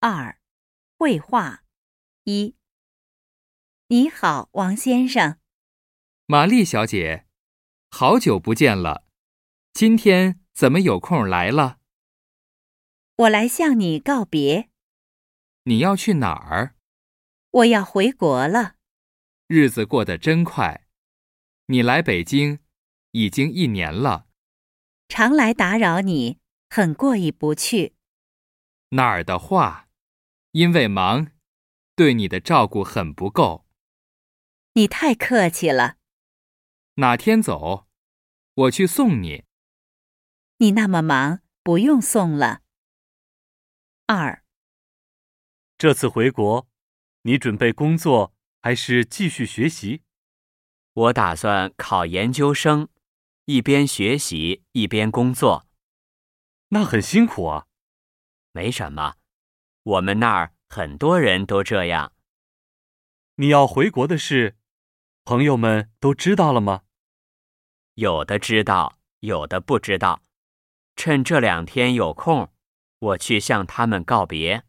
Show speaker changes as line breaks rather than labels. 二，绘画。一，你好，王先生。
玛丽小姐，好久不见了，今天怎么有空来了？
我来向你告别。
你要去哪儿？
我要回国了。
日子过得真快，你来北京已经一年了，
常来打扰你，很过意不去。
那儿的话，因为忙，对你的照顾很不够。
你太客气了。
哪天走，我去送你。
你那么忙，不用送了。二，
这次回国，你准备工作还是继续学习？
我打算考研究生，一边学习一边工作，
那很辛苦啊。
没什么。我们那儿很多人都这样，
你要回国的事，朋友们都知道了吗？
有的知道，有的不知道。趁这两天有空，我去向他们告别。